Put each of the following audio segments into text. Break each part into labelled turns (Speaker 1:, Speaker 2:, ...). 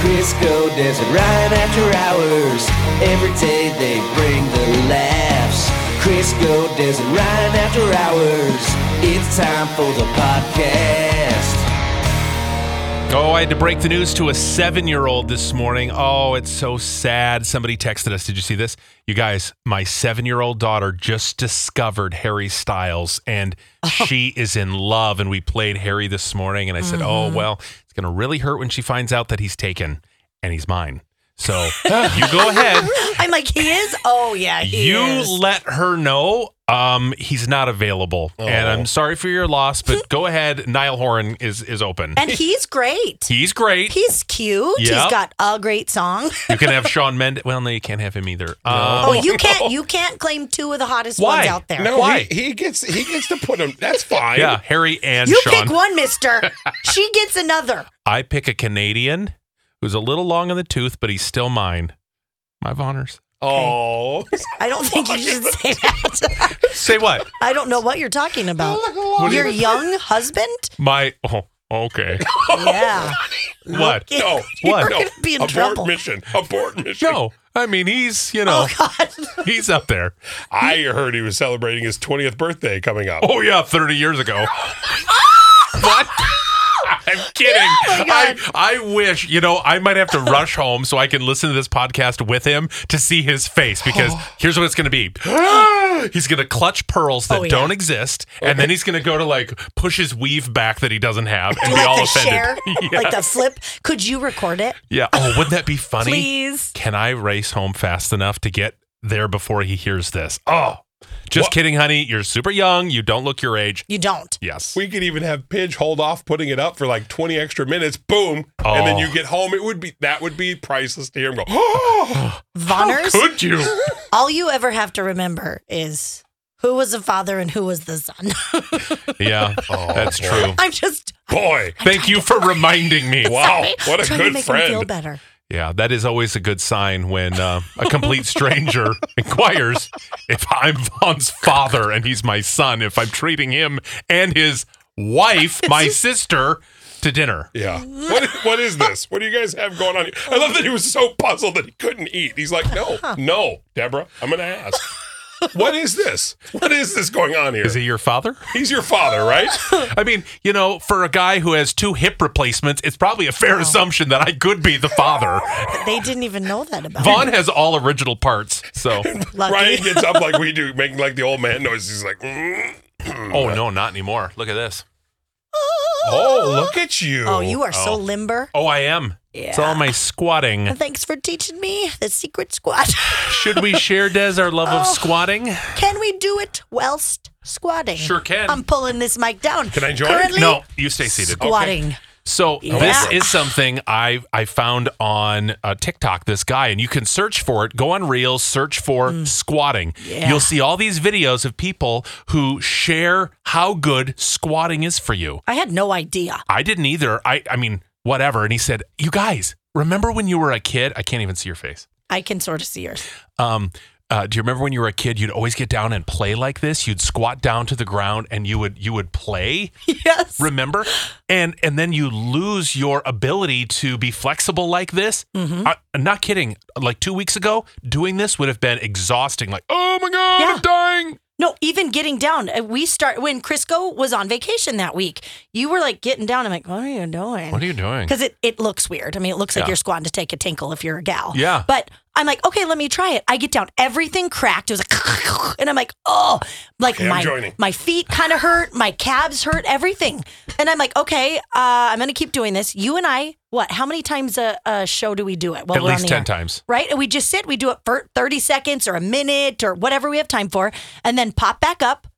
Speaker 1: Crisco does it right after hours. Every day they bring the laughs. Crisco does it right after hours. It's time for the podcast.
Speaker 2: Oh, I had to break the news to a seven year old this morning. Oh, it's so sad. Somebody texted us. Did you see this? You guys, my seven year old daughter just discovered Harry Styles and she is in love. And we played Harry this morning. And I said,
Speaker 3: Mm-hmm.
Speaker 2: Oh, well, it's going to really hurt when she finds out that he's taken and he's mine. So you go ahead.
Speaker 3: I'm like, he is? Oh, yeah, he
Speaker 2: You
Speaker 3: is.
Speaker 2: let her know um, he's not available. And
Speaker 3: Oh.
Speaker 2: I'm sorry for your loss, but go ahead. Niall Horan is, is open.
Speaker 3: and he's great.
Speaker 2: He's great.
Speaker 3: He's cute.
Speaker 2: Yep.
Speaker 3: He's got a great song.
Speaker 2: You can have Sean Mendes. Well, no, you can't have him either. Um,
Speaker 3: Oh, you can't you can't claim two of the hottest
Speaker 2: Why?
Speaker 3: ones out there.
Speaker 4: No,
Speaker 2: Why?
Speaker 4: Oh, He, he gets he gets to put him. That's fine.
Speaker 2: yeah, Harry and
Speaker 3: you
Speaker 2: Sean.
Speaker 3: pick one, mister. she gets another.
Speaker 2: I pick a Canadian who's a little long in the tooth, but he's still mine. My Vonners.
Speaker 4: Oh,
Speaker 3: I don't think you should say that.
Speaker 2: Say what?
Speaker 3: I don't know what you're talking about.
Speaker 2: do you-
Speaker 3: Your young husband?
Speaker 2: My. Oh, okay.
Speaker 3: Yeah.
Speaker 2: What?
Speaker 4: no,
Speaker 2: Oh, What?
Speaker 3: You're gonna be in
Speaker 4: abort
Speaker 3: trouble.
Speaker 4: mission. Abort mission.
Speaker 2: No, I mean he's you know
Speaker 3: Oh God.
Speaker 2: he's up there.
Speaker 4: I heard he was celebrating his twentieth birthday coming up.
Speaker 2: Oh yeah, thirty years ago. what? I'm kidding. I,
Speaker 3: Oh, God.
Speaker 2: I wish, you know, I might have to rush home so I can listen to this podcast with him to see his face because here's what it's going to be. he's going to clutch pearls that
Speaker 3: Oh, yeah.
Speaker 2: don't exist and then he's going to go to like push his weave back that he doesn't have and be
Speaker 3: like
Speaker 2: all
Speaker 3: the
Speaker 2: offended.
Speaker 3: share,
Speaker 2: yeah.
Speaker 3: like the flip. Could you record it?
Speaker 2: yeah. Oh, wouldn't that be funny?
Speaker 3: Please.
Speaker 2: Can I race home fast enough to get there before he hears this? Oh, just
Speaker 4: What?
Speaker 2: kidding, honey. You're super young. You don't look your age.
Speaker 3: You don't.
Speaker 2: Yes.
Speaker 4: We could even have Pidge hold off putting it up for like twenty extra minutes. Boom, and then
Speaker 2: Oh.
Speaker 4: you get home. It would be that would be priceless to hear him go. Oh,
Speaker 3: Vonners,
Speaker 2: Could you?
Speaker 3: all you ever have to remember is who was the father and who was the son.
Speaker 2: yeah, that's true.
Speaker 3: I'm just
Speaker 4: boy,
Speaker 2: Thank you for reminding me.
Speaker 4: wow, what a
Speaker 3: trying to
Speaker 4: good
Speaker 3: make him feel
Speaker 4: friend.
Speaker 3: better.
Speaker 2: Yeah, that is always a good sign when uh, a complete stranger inquires if I'm Vaughn's father and he's my son, if I'm treating him and his wife, my sister, to dinner.
Speaker 4: Yeah. What, what is this? What do you guys have going on here? I love that he was so puzzled that he couldn't eat. He's like, no, no, Deborah, I'm going to ask. What is this? What is this going on here?
Speaker 2: Is he your father?
Speaker 4: He's your father, right?
Speaker 2: I mean, you know, for a guy who has two hip replacements, it's probably a fair assumption that I could be the father.
Speaker 3: They didn't even know that about him.
Speaker 2: Vaughn has all original parts, so
Speaker 3: Lucky.
Speaker 4: Ryan gets up like we do, making like the old man noise. He's like, mm.
Speaker 2: oh no, not anymore. Look at this.
Speaker 4: oh, look at you.
Speaker 3: Oh, you are so
Speaker 2: Oh.
Speaker 3: limber.
Speaker 2: Oh, I am. It's all my squatting.
Speaker 3: Thanks for teaching me the secret squat.
Speaker 2: Should we share, Des, our love of
Speaker 3: Oh,
Speaker 2: squatting?
Speaker 3: can we do it whilst squatting?
Speaker 2: Sure can.
Speaker 3: I'm pulling this mic down.
Speaker 4: Can I join?
Speaker 3: Currently,
Speaker 2: No, you stay seated.
Speaker 3: Squatting.
Speaker 2: So
Speaker 3: Yeah.
Speaker 2: this is something I I found on uh, TikTok. This guy, and you can search for it. Go on Reels, search for squatting.
Speaker 3: Mm. Yeah.
Speaker 2: You'll see all these videos of people who share how good squatting is for you.
Speaker 3: I had no idea.
Speaker 2: I didn't either. I I mean, whatever. And he said, "You guys, remember when you were a kid? I can't even see your face.
Speaker 3: I can sort of see yours.
Speaker 2: Um, uh, do you remember when you were a kid? You'd always get down and play like this. You'd squat down to the ground and you would you would play.
Speaker 3: Yes.
Speaker 2: Remember, and and then you lose your ability to be flexible like this.
Speaker 3: Mm-hmm.
Speaker 2: I, am not kidding. Like two weeks ago, doing this would have been exhausting. Like, oh my god,
Speaker 3: Yeah.
Speaker 2: I'm dying.
Speaker 3: No, even getting down. Uh, We start when Crisco was on vacation that week. You were like getting down. I'm like, what are you doing?
Speaker 2: What are you doing?
Speaker 3: Because it, it looks weird. I mean, it looks like
Speaker 2: Yeah.
Speaker 3: you're squatting to take a tinkle if you're a gal.
Speaker 2: Yeah.
Speaker 3: But I'm like, okay, let me try it. I get down. Everything cracked. It was like, and I'm like, oh, like
Speaker 4: Okay, I'm
Speaker 3: my,
Speaker 4: joining.
Speaker 3: my feet kind of hurt. My calves hurt. Everything. And I'm like, okay, uh, I'm going to keep doing this. You and I, what? How many times a, a show do we do it? Well,
Speaker 2: At least ten times.
Speaker 3: right? And we just sit, we do it for 30 seconds or a minute or whatever we have time for, and then pop back up,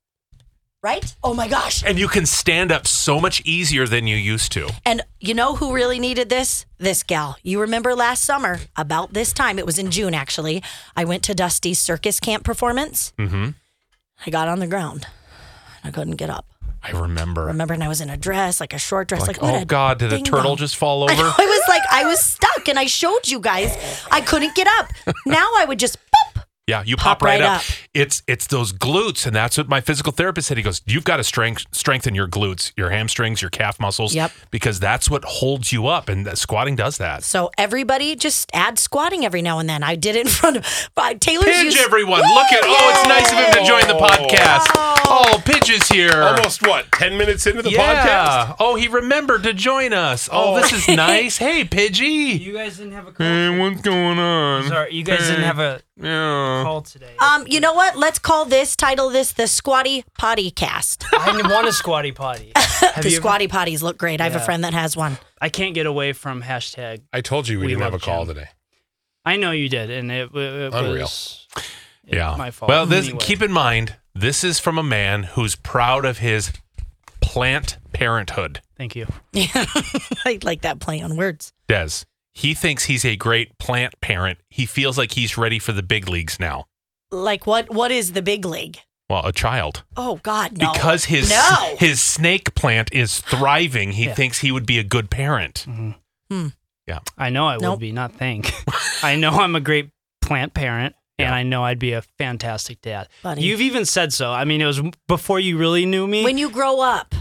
Speaker 3: right? Oh my gosh.
Speaker 2: And you can stand up so much easier than you used to.
Speaker 3: And you know who really needed this? This gal. You remember last summer, about this time, it was in June actually, I went to Dusty's circus camp performance. Mm-hmm. I got on the ground. I couldn't get up.
Speaker 2: I remember.
Speaker 3: Remember, and I was in a dress, like a short dress.
Speaker 2: Like,
Speaker 3: Like, what
Speaker 2: oh
Speaker 3: a
Speaker 2: God, did a
Speaker 3: ding
Speaker 2: turtle
Speaker 3: dong.
Speaker 2: just fall
Speaker 3: I, know,
Speaker 2: over?
Speaker 3: I was like, I was stuck, and I showed you guys I couldn't get up. Now I would just boop.
Speaker 2: Yeah, you pop,
Speaker 3: Pop
Speaker 2: right,
Speaker 3: right
Speaker 2: up.
Speaker 3: up.
Speaker 2: It's it's those glutes, and that's what my physical therapist said. He goes, "You've got to strength, strengthen your glutes, your hamstrings, your calf muscles,
Speaker 3: Yep.
Speaker 2: because that's what holds you up." And that squatting does that.
Speaker 3: So everybody just add squatting every now and then. I did in front of uh, Taylor's.
Speaker 2: Pidge,
Speaker 3: used-
Speaker 2: everyone, look at oh, it's nice of him to join the podcast. Oh, Pidge is here.
Speaker 4: Almost what? 10 minutes into the podcast?
Speaker 2: yeah. Oh, he remembered to join us. Oh, this is nice. Hey, Pidgey.
Speaker 5: You guys didn't have a call.
Speaker 2: what's going on?
Speaker 5: Sorry, you guys didn't have a call today.
Speaker 3: Um, you know what? Let's call this title this the Squatty Potty Cast.
Speaker 5: I didn't want a squatty potty. Have
Speaker 3: the
Speaker 5: you ever-
Speaker 3: squatty potties look great. I have a
Speaker 5: Yeah.
Speaker 3: friend that has one.
Speaker 5: I can't get away from hashtag.
Speaker 4: I told you we,
Speaker 5: We
Speaker 4: didn't have a
Speaker 5: love
Speaker 4: call
Speaker 5: Jim.
Speaker 4: today.
Speaker 5: I know you did, and it, it, it
Speaker 4: Unreal.
Speaker 5: was it-
Speaker 2: Yeah.
Speaker 5: my fault.
Speaker 2: Well, this,
Speaker 5: Anyway.
Speaker 2: keep in mind, this is from a man who's proud of his plant parenthood.
Speaker 5: Thank you.
Speaker 3: I like that play on words.
Speaker 2: Des. He thinks he's a great plant parent. He feels like he's ready for the big leagues now.
Speaker 3: Like what? What is the big league?
Speaker 2: Well, a child.
Speaker 3: Oh God, no.
Speaker 2: Because his
Speaker 3: no.
Speaker 2: his snake plant is thriving, he
Speaker 5: Yeah. Mm-hmm.
Speaker 2: thinks he would be a good parent.
Speaker 5: I know I
Speaker 3: Nope.
Speaker 5: would be. Not think. I know I'm a great plant parent, and
Speaker 2: Yeah.
Speaker 5: I know I'd be a fantastic dad.
Speaker 3: Buddy.
Speaker 5: You've even said so. I mean, it was before you really knew me.
Speaker 3: when you grow up,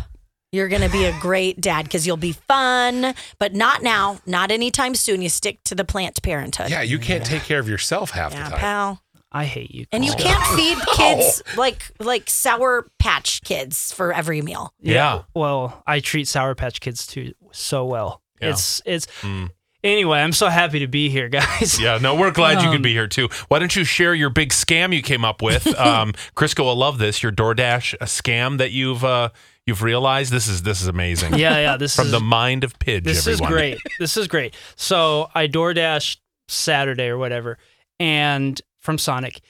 Speaker 3: you're gonna be a great dad because you'll be fun, but not now, not anytime soon. You stick to the plant parenthood.
Speaker 4: Yeah, you can't take care of yourself half
Speaker 3: Yeah,
Speaker 4: the time.
Speaker 3: pal.
Speaker 5: I hate you.
Speaker 2: Oh.
Speaker 3: And you
Speaker 5: Cole.
Speaker 3: can't feed kids like like sour patch kids for every meal.
Speaker 2: Yeah.
Speaker 5: Well, I treat Sour Patch Kids too so well.
Speaker 2: Yeah. Mm.
Speaker 5: It's it's. Anyway, I'm so happy to be here, guys.
Speaker 2: Yeah, no, we're glad you could
Speaker 5: Um,
Speaker 2: be here too. Why don't you share your big scam you came up with? Um, Crisco will love this. Your DoorDash a scam that you've uh, you've realized. This is this is amazing.
Speaker 5: Yeah, yeah. This
Speaker 2: From
Speaker 5: is
Speaker 2: the mind of Pidge,
Speaker 5: this
Speaker 2: everyone.
Speaker 5: is great. This is great. So I DoorDash Saturday or whatever, and from Sonic,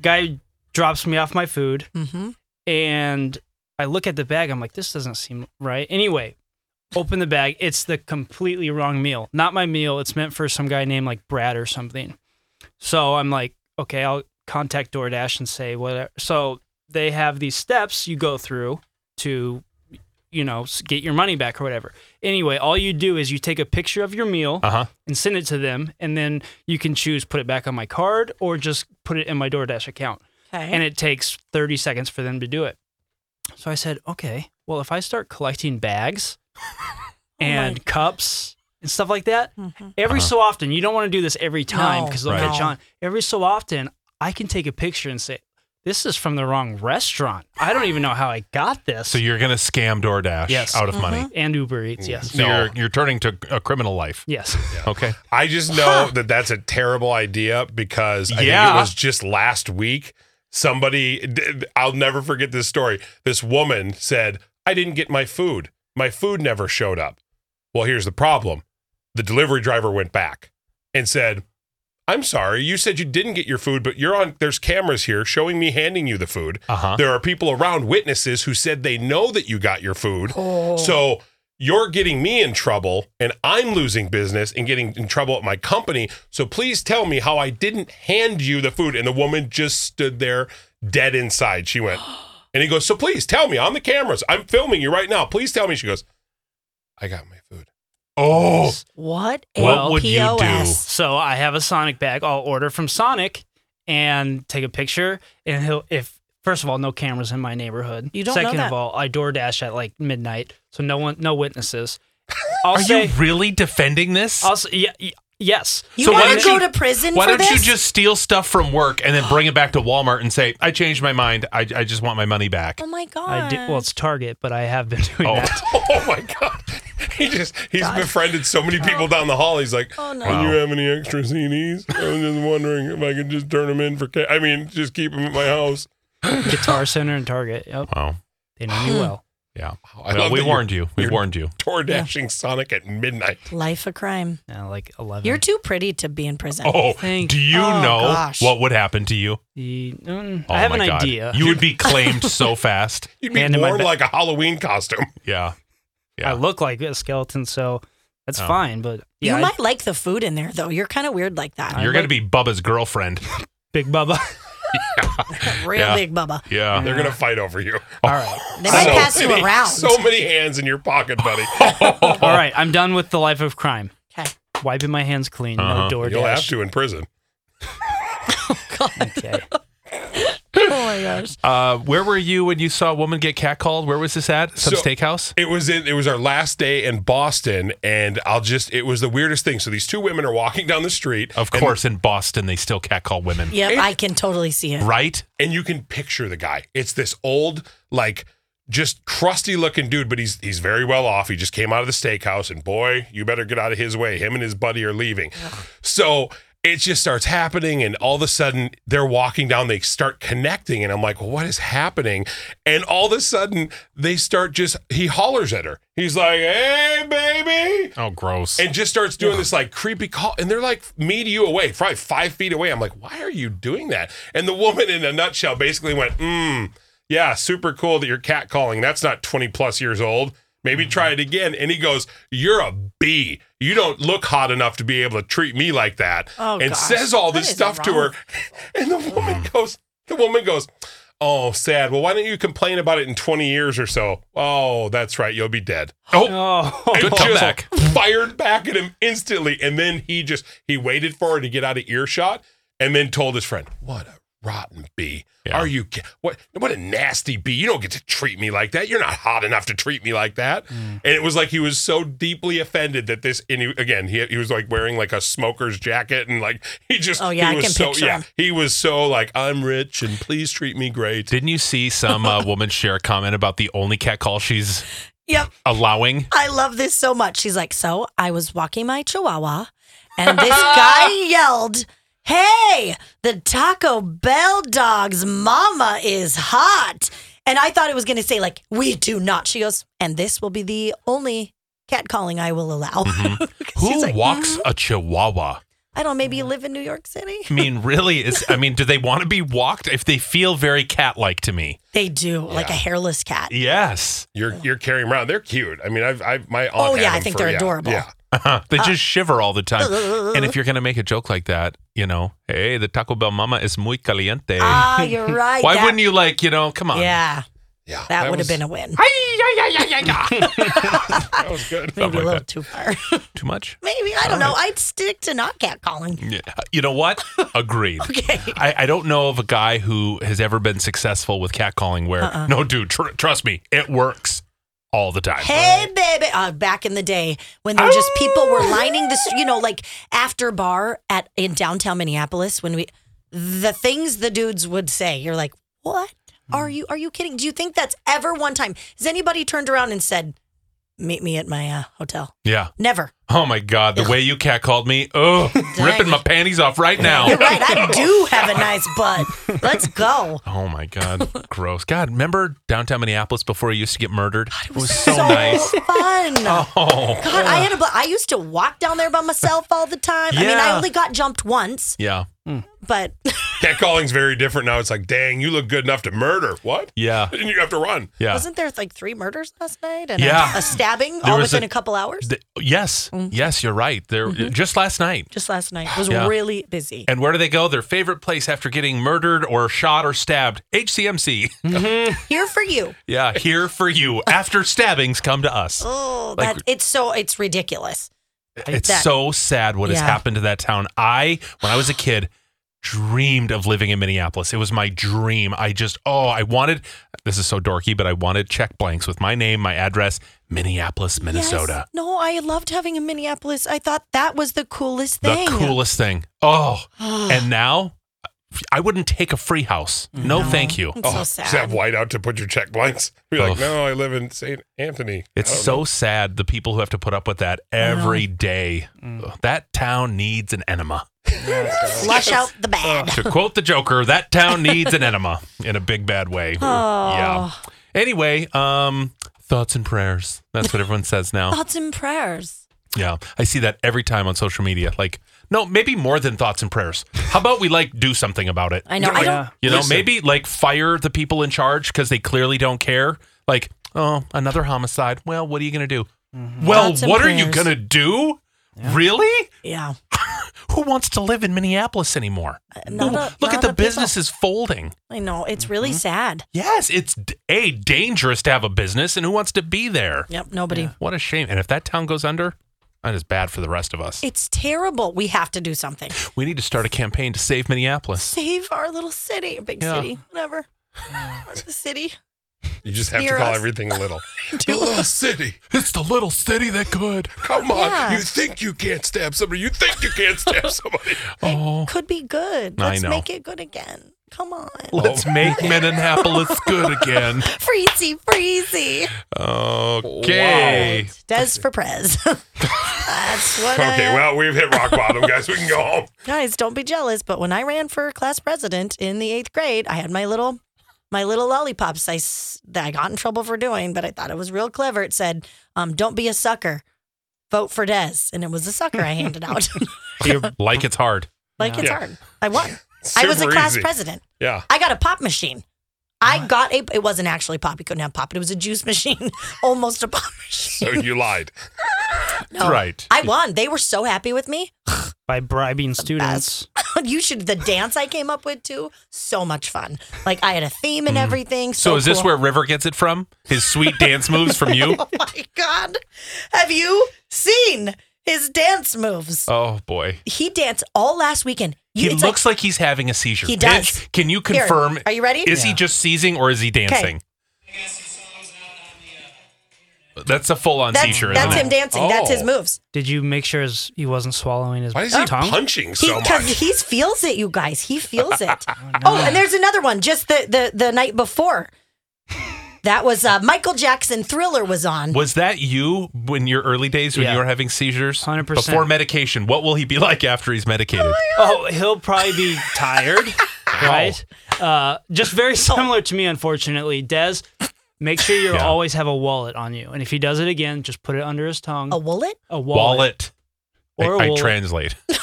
Speaker 5: guy drops me off my food,
Speaker 3: Mm-hmm.
Speaker 5: and I look at the bag. I'm like, this doesn't seem right. Anyway, open the bag. It's the completely wrong meal. Not my meal. It's meant for some guy named like Brad or something. So I'm like, okay, I'll contact DoorDash and say whatever. So they have these steps you go through to, you know, s- get your money back or whatever. Anyway, all you do is you take a picture of your meal
Speaker 2: Uh huh.
Speaker 5: and send it to them, and then you can choose put it back on my card or just put it in my DoorDash account
Speaker 3: Okay.
Speaker 5: and it takes 30 seconds for them to do it. So I said, okay, well, if I start collecting bags and cups and stuff like that, every
Speaker 2: Uh-huh.
Speaker 5: so often, you don't want to do this every time
Speaker 3: No,
Speaker 5: because look
Speaker 3: Right.
Speaker 5: at John, every so often, I can take a picture and say, this is from the wrong restaurant. I don't even know how I got this.
Speaker 2: So you're gonna scam DoorDash
Speaker 5: Yes.
Speaker 2: out of money.
Speaker 5: and Uber Eats,
Speaker 3: Mm-hmm.
Speaker 5: yes.
Speaker 2: So you're you're turning to a criminal life.
Speaker 5: Yes.
Speaker 2: Okay.
Speaker 4: I just know that that's a terrible idea because I think
Speaker 2: Yeah.
Speaker 4: it was just last week. Somebody, d- I'll never forget this story. This woman said, I didn't get my food. My food never showed up. Well, here's the problem the delivery driver went back and said, I'm sorry, you said you didn't get your food, but you're on, there's cameras here showing me handing you the food.
Speaker 2: Uh-huh.
Speaker 4: There are people around, witnesses who said they know that you got your food. So you're getting me in trouble and I'm losing business and getting in trouble at my company. So please tell me how I didn't hand you the food. And the woman just stood there dead inside. She went, and he goes, So please tell me on the cameras. I'm filming you right now. Please tell me. She goes, I got my food.
Speaker 2: Oh.
Speaker 3: What a
Speaker 2: What would you do?
Speaker 3: POS.
Speaker 5: So I have a Sonic bag. I'll order from Sonic and take a picture. And he'll if first of all, no cameras in my neighborhood.
Speaker 3: You don't know
Speaker 5: Second
Speaker 3: that.
Speaker 5: of all, I DoorDash at like midnight, so no one, no witnesses. I'll
Speaker 2: Are
Speaker 5: say,
Speaker 2: you really defending this?
Speaker 5: I'll say, yeah, y- yes.
Speaker 3: You
Speaker 2: So why
Speaker 3: want
Speaker 2: don't
Speaker 3: to go
Speaker 2: you-
Speaker 3: to prison
Speaker 2: Why
Speaker 3: for
Speaker 2: don't
Speaker 3: this?
Speaker 2: you just steal stuff from work and then bring it back to Walmart and say, I changed my mind. I, I just want my money back.
Speaker 3: Oh my god.
Speaker 5: I did, well, it's Target, but I have been doing
Speaker 2: Oh.
Speaker 5: that.
Speaker 4: Oh my God. He just, he's befriended so many people down the hall. He's like,
Speaker 3: Oh, no.
Speaker 4: Do you have any extra CDs? I was just wondering if I could just turn them in for. Ca- I mean, just keep them at my house.
Speaker 5: Guitar Center and Target. Yep,
Speaker 2: Wow.
Speaker 3: Hmm.
Speaker 5: they know me well.
Speaker 2: Oh, Yeah.
Speaker 4: I
Speaker 2: Well,
Speaker 4: love
Speaker 2: we
Speaker 4: that you're-
Speaker 2: warned you. We
Speaker 4: you're-
Speaker 2: warned you.
Speaker 4: Door dashing Sonic at midnight.
Speaker 3: Life a crime.
Speaker 5: Yeah, like 11.
Speaker 3: You're too pretty to be in prison.
Speaker 2: Oh,
Speaker 5: Thank-
Speaker 2: do you
Speaker 3: Oh,
Speaker 2: know
Speaker 3: gosh.
Speaker 2: what would happen to you?
Speaker 5: The- mm,
Speaker 2: Oh
Speaker 5: I have
Speaker 2: my
Speaker 5: an
Speaker 2: God.
Speaker 5: idea.
Speaker 2: You would be claimed so fast.
Speaker 4: You'd be
Speaker 5: And in my
Speaker 4: worn
Speaker 5: ba-
Speaker 4: like a Halloween costume.
Speaker 2: Yeah. Yeah.
Speaker 5: I look like a skeleton, so that's
Speaker 2: Oh.
Speaker 5: fine. But yeah,
Speaker 3: you
Speaker 5: I-
Speaker 3: might like the food in there, though. You're kind of weird like that.
Speaker 5: I
Speaker 2: You're going to
Speaker 5: like-
Speaker 2: be Bubba's girlfriend.
Speaker 5: Big Bubba.
Speaker 3: Real
Speaker 2: yeah.
Speaker 3: big bubba.
Speaker 2: Yeah.
Speaker 4: They're gonna fight over you.
Speaker 5: All right.
Speaker 3: Uh-huh. They might
Speaker 4: So
Speaker 3: pass you
Speaker 4: many-
Speaker 3: around. Oh,
Speaker 4: So many hands in your pocket, buddy.
Speaker 5: All right. I'm done with the life of crime.
Speaker 3: okay.
Speaker 5: Wiping my hands clean.
Speaker 2: Uh-huh.
Speaker 5: No door
Speaker 4: You'll have
Speaker 5: dash.
Speaker 4: to in prison.
Speaker 5: Okay.
Speaker 3: Oh my gosh.
Speaker 2: Uh, where were you when you saw a woman get catcalled? Where was this at? Some
Speaker 4: So-
Speaker 2: steakhouse?
Speaker 4: It was in, it was our last day in Boston, and I'll just it was the weirdest thing. So these two women are walking down the street,
Speaker 2: Of
Speaker 4: and-
Speaker 2: course, in Boston, they still catcall women.
Speaker 3: Yep, I can totally see it.
Speaker 2: Right?
Speaker 4: and you can picture the guy. It's this old, like, just crusty looking dude, but he's he's very well off. He just came out of the steakhouse, and boy, you better get out of his way. Him and his buddy are leaving. So it just starts happening, and all of a sudden they're walking down. They start connecting, and I'm like, what is happening? And all of a sudden they start just he hollers at her. He's like, hey, baby.
Speaker 2: Oh, gross.
Speaker 4: And just starts doing this like creepy call, and they're like me to you away, probably five feet away. I'm like, why are you doing that? And the woman, in a nutshell, basically went, mm, yeah, super cool that you're cat calling. That's not 20 plus years old. Maybe try it again. And he goes, you're a bee. You don't look hot enough to be able to treat me like that.
Speaker 3: Oh,
Speaker 4: and
Speaker 3: gosh.
Speaker 4: says all
Speaker 3: What
Speaker 4: this
Speaker 3: is
Speaker 4: stuff to her.
Speaker 3: wrong
Speaker 4: And the woman goes, the woman goes, oh, sad. Well, why don't you complain about it in 20 years or so? Oh, that's right. You'll be dead
Speaker 5: Oh,
Speaker 2: Good
Speaker 4: just
Speaker 2: comeback.
Speaker 4: Fired back at him instantly, and then he just he waited for her to get out of earshot, and then told his friend, "What a rotten bee!
Speaker 2: Yeah.
Speaker 4: Are you ki- what? What a nasty bee! You don't get to treat me like that. You're not hot enough to treat me like that."
Speaker 2: Mm.
Speaker 4: And it was like he was so deeply offended that this. And he, again, he he was like wearing like a smoker's jacket, and like he just
Speaker 3: Oh, yeah,
Speaker 4: he
Speaker 3: I
Speaker 4: was
Speaker 3: can
Speaker 4: so
Speaker 3: picture
Speaker 4: yeah
Speaker 3: him.
Speaker 4: he was so like I'm rich and please treat me great.
Speaker 2: Didn't you see some uh, woman share a comment about the only catcall she's
Speaker 3: Yep.
Speaker 2: allowing?
Speaker 3: I love this so much. She's like, So I was walking my chihuahua and this guy yelled, Hey, the Taco Bell dog's mama is hot. And I thought it was going to say, like, we do not. She goes, And this will be the only cat calling I will allow.
Speaker 2: Who
Speaker 3: She's like,
Speaker 2: walks
Speaker 3: "Mhm."
Speaker 2: a chihuahua?
Speaker 3: I don't know. Maybe you live in New York City.
Speaker 2: I mean, really? Is I mean, do they want to be walked if they feel very cat-like to me?
Speaker 3: They do, like a
Speaker 4: Yeah.
Speaker 3: hairless cat.
Speaker 2: Yes.
Speaker 4: You're you're carrying 'em around. They're cute. I mean, I've I've my aunt.
Speaker 3: Oh,
Speaker 4: had
Speaker 3: yeah, I
Speaker 4: them
Speaker 3: think
Speaker 4: for-
Speaker 3: they're
Speaker 4: yeah,
Speaker 3: adorable.
Speaker 4: Yeah.
Speaker 3: Ah.
Speaker 2: they just shiver all the time. and if you're gonna make a joke like that, you know, hey, the Taco Bell mama is muy caliente.
Speaker 3: Ah, you're right.
Speaker 2: Why
Speaker 3: That-
Speaker 2: wouldn't you like, you know, come on.
Speaker 3: Yeah,
Speaker 4: Yeah,
Speaker 3: that, would
Speaker 4: was-
Speaker 3: have been a win.
Speaker 4: That was good.
Speaker 3: Maybe a
Speaker 2: like
Speaker 3: little
Speaker 2: that.
Speaker 3: too far.
Speaker 2: Too much?
Speaker 3: Maybe I don't know. I'd stick to not cat calling.
Speaker 2: Yeah. You know what? Agreed.
Speaker 3: Okay.
Speaker 2: I, I don't know of a guy who has ever been successful with catcalling where, no, dude, tr- trust me, it works all the time.
Speaker 3: Hey, baby. Uh, back in the day when there were just people were
Speaker 2: Ah!
Speaker 3: lining the, s- you know, like after bar at in downtown Minneapolis when we, the things the dudes would say, you're like, what
Speaker 2: Hmm.
Speaker 3: are you, are you kidding? Do you think that's ever one time? Has anybody turned around and said, meet me at my uh, hotel?
Speaker 2: Yeah.
Speaker 3: Never.
Speaker 2: Oh my God. The way you catcalled me, oh, ripping my panties off right
Speaker 3: You're
Speaker 2: now.
Speaker 3: right. I do have a nice butt. Let's go.
Speaker 2: Oh my God. Gross. God, remember downtown Minneapolis before you used to get murdered? It was so
Speaker 3: So
Speaker 2: nice.
Speaker 3: fun.
Speaker 2: Oh,
Speaker 3: God, I had a. bu- I used to walk down there by myself all the time. I mean, I
Speaker 2: Yeah.
Speaker 3: only got jumped once,
Speaker 2: yeah.
Speaker 3: but
Speaker 4: Catcalling's very different now. It's like, dang, you look good enough to murder. What?
Speaker 2: Yeah.
Speaker 4: And you have to run.
Speaker 2: Yeah.
Speaker 3: wasn't there like three murders last night and a-
Speaker 2: Yeah.
Speaker 3: a, stabbing
Speaker 2: There
Speaker 3: all
Speaker 2: was
Speaker 3: within
Speaker 2: a-
Speaker 3: a, couple hours?
Speaker 2: Th- yes. Yes, you're right. There just last night.
Speaker 3: Just last night It was
Speaker 2: Yeah.
Speaker 3: really busy.
Speaker 2: And where do they go? Their favorite place after getting murdered or shot or stabbed? HCMC.
Speaker 3: Here for you.
Speaker 2: yeah, here for you. After stabbings come to us.
Speaker 3: Oh,
Speaker 2: Like-
Speaker 3: that it's so it's ridiculous.
Speaker 2: It's
Speaker 3: that-
Speaker 2: so sad what has
Speaker 3: Yeah.
Speaker 2: happened to that town. I, when I was a kid, dreamed of living in Minneapolis. It was my dream. I just, oh, I wanted, this is so dorky, but I wanted check blanks with my name, my address, Minneapolis, Minnesota.
Speaker 3: Yes. No, I loved having a Minneapolis. I thought that was the coolest thing.
Speaker 2: The coolest thing. Oh, and now I wouldn't take a free house. No, thank you. Oh,
Speaker 3: It's so
Speaker 4: Just have
Speaker 3: sad.
Speaker 4: white out to put your check blinds. Be like,
Speaker 2: Oof.
Speaker 4: no, I live in St. Anthony. I
Speaker 2: It's
Speaker 4: don't
Speaker 2: so
Speaker 4: know.
Speaker 2: sad the people who have to put up with that every day. Ugh, That town needs an enema.
Speaker 3: Flush out the bad.
Speaker 2: to quote the Joker, that
Speaker 3: Oh.
Speaker 2: town needs an enema in a big bad way. Yeah. Anyway, um Thoughts and prayers. That's what everyone says now.
Speaker 3: Thoughts and prayers.
Speaker 2: Yeah. I see that every time on social media. Like, no, maybe more than thoughts and prayers. How about we like do something about it?
Speaker 3: I know. I
Speaker 2: Like,
Speaker 3: don't.
Speaker 2: You know,
Speaker 4: Listen.
Speaker 2: maybe like fire the people in charge because they clearly don't care. Like, oh, another homicide. Well, what are you going to do? Well,
Speaker 3: Mm-hmm. Thoughts and
Speaker 2: what are you
Speaker 3: prayers.
Speaker 2: going to do? Really?
Speaker 3: Yeah.
Speaker 2: Who wants to live in Minneapolis anymore?
Speaker 3: Not
Speaker 2: Who-
Speaker 3: a-
Speaker 2: look
Speaker 3: not
Speaker 2: at the
Speaker 3: a people.
Speaker 2: businesses Mm-hmm. folding.
Speaker 3: I know. It's really sad.
Speaker 2: Yes, it's d- a dangerous to have a business, and who wants to be there?
Speaker 3: Yep. Nobody.
Speaker 2: What a shame. And if that town goes under, that is bad for the rest of us.
Speaker 3: It's terrible. We have to do something.
Speaker 2: We need to start a campaign to save Minneapolis.
Speaker 3: Save our little city, big
Speaker 2: Yeah. Mm.
Speaker 3: city, whatever. Or the city.
Speaker 4: You just have
Speaker 3: Near
Speaker 4: to call
Speaker 3: us.
Speaker 4: everything a little. the little city.
Speaker 2: It's the little city that could.
Speaker 4: Come on.
Speaker 3: Yeah.
Speaker 4: You think you can't stab somebody. You think you can't stab somebody.
Speaker 2: Oh,
Speaker 3: Could be good.
Speaker 2: I
Speaker 3: Let's
Speaker 2: know.
Speaker 3: make it good again. Come on.
Speaker 2: let's make Minneapolis good again.
Speaker 3: Freezy, freezy.
Speaker 2: Okay.
Speaker 3: Des for Prez. That's what I
Speaker 4: Okay, well, we've hit rock bottom, guys. We can go home.
Speaker 3: guys don't be jealous but when i ran for class president in the eighth grade i had my little my little lollipops I, s- that i got in trouble for doing but i thought it was real clever it said um, don't be a sucker vote for des and it was a sucker i handed out
Speaker 2: Like it's hard.
Speaker 3: like it's
Speaker 4: Yeah.
Speaker 3: hard i won i was a
Speaker 4: Super
Speaker 3: class
Speaker 4: easy.
Speaker 3: president
Speaker 4: Yeah.
Speaker 3: i got a pop machine I got a. It wasn't actually pop. You couldn't have pop. It was a juice machine, almost a pop machine.
Speaker 4: So you lied.
Speaker 3: No.
Speaker 2: Right.
Speaker 3: I won. They were so happy with me.
Speaker 5: by bribing students.
Speaker 3: you should the dance I came up with too. So much fun. Like I had a theme and everything.
Speaker 2: Mm.
Speaker 3: So,
Speaker 2: So is this
Speaker 3: cool.
Speaker 2: where River gets it from? His sweet dance moves from you?
Speaker 3: Oh my god! Have you seen his dance moves?
Speaker 2: Oh boy.
Speaker 3: He danced all last weekend. You,
Speaker 2: He
Speaker 3: it's
Speaker 2: looks like, he's having a seizure.
Speaker 3: He does.
Speaker 2: Mitch, can you
Speaker 3: Here,
Speaker 2: confirm?
Speaker 3: are you ready?
Speaker 2: Is he just seizing or is he dancing? That's a full on
Speaker 3: that's,
Speaker 2: seizure,
Speaker 3: that's
Speaker 2: isn't
Speaker 3: him dancing. That's his
Speaker 4: Oh.
Speaker 3: moves.
Speaker 5: Did you make sure his, he wasn't swallowing his
Speaker 4: Why is he
Speaker 5: tongue?
Speaker 4: punching
Speaker 3: He
Speaker 4: so
Speaker 3: Uh, because
Speaker 4: much?
Speaker 3: he feels it, you guys. He feels it. oh, and there's another one. Just the the the night before. That was uh, Michael Jackson. Thriller was on.
Speaker 2: it? Was that you when your early days when
Speaker 5: Yeah.
Speaker 2: you were having seizures?
Speaker 5: 100%.
Speaker 2: Before medication, what will he be like after he's medicated?
Speaker 5: Oh, he'll probably be tired, right? Uh, just very similar to me, unfortunately. Des, make sure you
Speaker 2: Yeah.
Speaker 5: always have a wallet on you, and if he does it again, just put it under his tongue.
Speaker 3: A wallet.
Speaker 5: a wallet.
Speaker 2: Wallet.
Speaker 5: Or a
Speaker 2: I, I
Speaker 5: wallet.
Speaker 2: translate.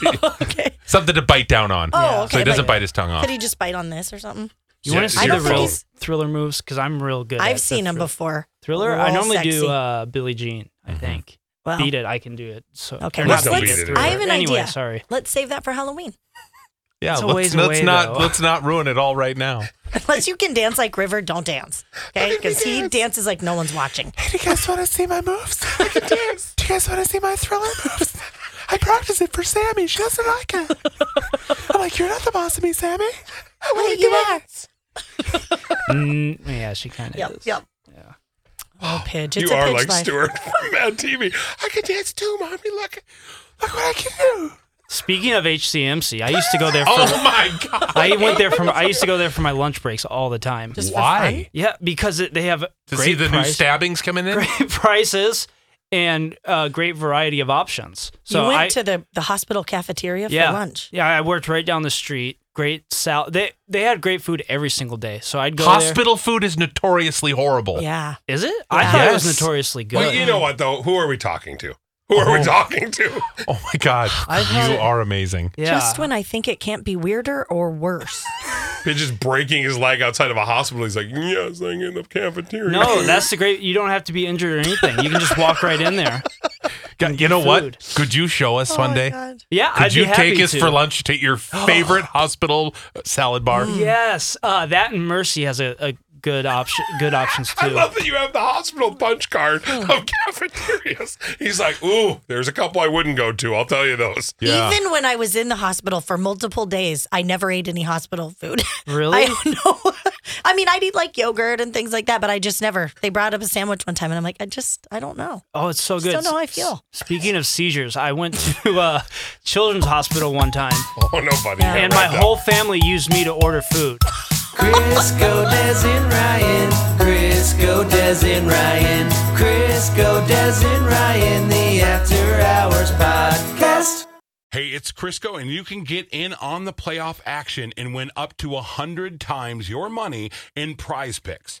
Speaker 3: Okay.
Speaker 2: Something to bite down on.
Speaker 3: Oh, okay.
Speaker 2: So he doesn't
Speaker 3: but
Speaker 2: bite his tongue off.
Speaker 3: Could he just bite on this or something?
Speaker 5: You
Speaker 4: Yeah,
Speaker 5: want
Speaker 4: is
Speaker 5: to see
Speaker 4: your
Speaker 5: the real
Speaker 3: fault.
Speaker 5: thriller moves? Because I'm real good. at
Speaker 3: I've
Speaker 5: the
Speaker 3: seen him
Speaker 5: thril-
Speaker 3: before.
Speaker 5: Thriller.
Speaker 3: We're
Speaker 5: I
Speaker 3: all
Speaker 5: normally
Speaker 3: sexy.
Speaker 5: do uh, Billie Jean. I think
Speaker 3: Well,
Speaker 5: beat it. I can do it. So
Speaker 3: Okay,
Speaker 5: or
Speaker 4: let's-
Speaker 5: not Beat
Speaker 4: let's-
Speaker 5: It, Thriller.
Speaker 4: I have
Speaker 3: an
Speaker 5: anyway,
Speaker 3: idea.
Speaker 5: Sorry.
Speaker 3: Let's save that for Halloween.
Speaker 2: yeah,
Speaker 5: It's a
Speaker 2: let's,
Speaker 5: ways
Speaker 2: let's
Speaker 5: away,
Speaker 2: not
Speaker 5: though.
Speaker 2: let's not ruin it all right now.
Speaker 3: Unless you can dance like River, don't dance. Okay? Because he dances like no one's watching.
Speaker 2: Do you guys want to see my moves? I can dance. Do you guys want to see my thriller moves? I practice it for Sammy. She doesn't like it. I'm like, you're not the boss of me, Sammy.
Speaker 3: Wait, you are.
Speaker 5: Mm, yeah, she kind of.
Speaker 3: Yep,
Speaker 5: is.
Speaker 3: yep. Oh, Pidge.
Speaker 4: You
Speaker 3: It's a
Speaker 4: are
Speaker 3: Pidge
Speaker 4: like
Speaker 3: life.
Speaker 4: Stuart from Mad TV. I can dance too, mommy. Look, look what I can do.
Speaker 5: Speaking of HCMC, I used to go there. For,
Speaker 2: Oh my god.
Speaker 5: I went there from. I used to go there for my lunch breaks all the time.
Speaker 2: Why?
Speaker 5: Yeah, because it, they have
Speaker 2: To
Speaker 5: great
Speaker 2: see the new
Speaker 5: price,
Speaker 2: stabbings coming in?
Speaker 5: great prices and a great variety of options. So
Speaker 3: you went
Speaker 5: I,
Speaker 3: to the, the hospital cafeteria
Speaker 5: yeah,
Speaker 3: for lunch.
Speaker 5: Yeah, I worked right down the street. Great sal. They they had great food every single day. So I'd go
Speaker 2: Hospital food is notoriously horrible.
Speaker 3: Yeah.
Speaker 5: There. Is it? I thought it was
Speaker 2: Yes.
Speaker 5: notoriously good.
Speaker 4: Well, you know what though? Who are we talking to? Who are we talking to?
Speaker 2: Oh my god.
Speaker 5: I've had
Speaker 2: you
Speaker 5: it.
Speaker 2: are amazing.
Speaker 5: Yeah.
Speaker 3: Just when I think it can't be weirder or worse.
Speaker 4: He's just breaking his leg outside of a hospital. He's like, yes, I can in the cafeteria.
Speaker 5: no, that's the great. You don't have to be injured or anything. You can just walk right in there.
Speaker 2: God, you know
Speaker 5: Food.
Speaker 2: what? Could you show us one day?
Speaker 5: Yeah,
Speaker 2: Could
Speaker 5: I'd
Speaker 2: you
Speaker 5: be happy
Speaker 2: take us
Speaker 5: to.
Speaker 2: for lunch to your favorite hospital uh, salad bar?
Speaker 5: Yes, uh, that and Mercy has a, a good option. Good options too.
Speaker 4: I love that you have the hospital punch card of cafeterias. He's like, ooh, there's a couple I wouldn't go to. I'll tell you those.
Speaker 2: Yeah.
Speaker 3: Even when I was in the hospital for multiple days, I never ate any hospital food.
Speaker 5: Really?
Speaker 3: I don't know. I mean, I'd eat like yogurt and things like that, but I just never. They brought up a sandwich one time, and I'm like, I just, I don't know.
Speaker 5: Oh, it's so good.
Speaker 3: don't know how I
Speaker 5: S-
Speaker 3: feel.
Speaker 5: Speaking of seizures, I went to uh, Children's Hospital one time,
Speaker 4: Oh, nobody.
Speaker 5: and my whole family used me to order food.
Speaker 1: Crisco Des and Ryan. Crisco Des and Ryan. Crisco Des and Ryan. The After Hours Podcast.
Speaker 6: Hey, it's Crisco, and you can get in on the playoff action and win up to 100 times your money in prize picks.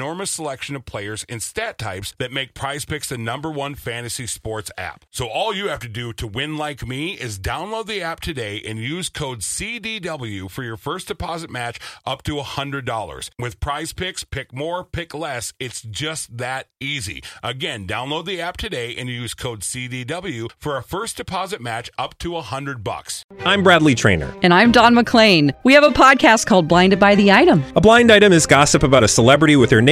Speaker 4: enormous selection of players and stat types that make prize picks the number one fantasy sports app. So all you have to do to win like me is download the app today and use code CDW for your first deposit match up to $100. With prize picks, pick more, pick less. It's just that easy. Again, download the app today and use code CDW for a first deposit match up to 100 bucks.
Speaker 7: I'm Bradley Trainer.
Speaker 8: And I'm Don McClain. We have a podcast called Blinded by the Item.
Speaker 7: A blind item is gossip about a celebrity with their name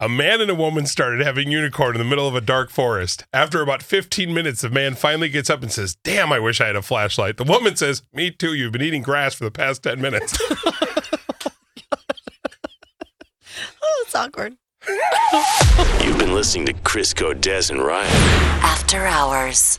Speaker 2: A man and a woman started having unicorn in the middle of a dark forest. After about 15 minutes, the man finally gets up and says, Damn, I wish I had a flashlight. The woman says, Me too. You've been eating grass for the past 10 minutes.
Speaker 9: Oh, it's awkward.
Speaker 10: You've been listening to Chris Godez and Ryan.
Speaker 3: After Hours.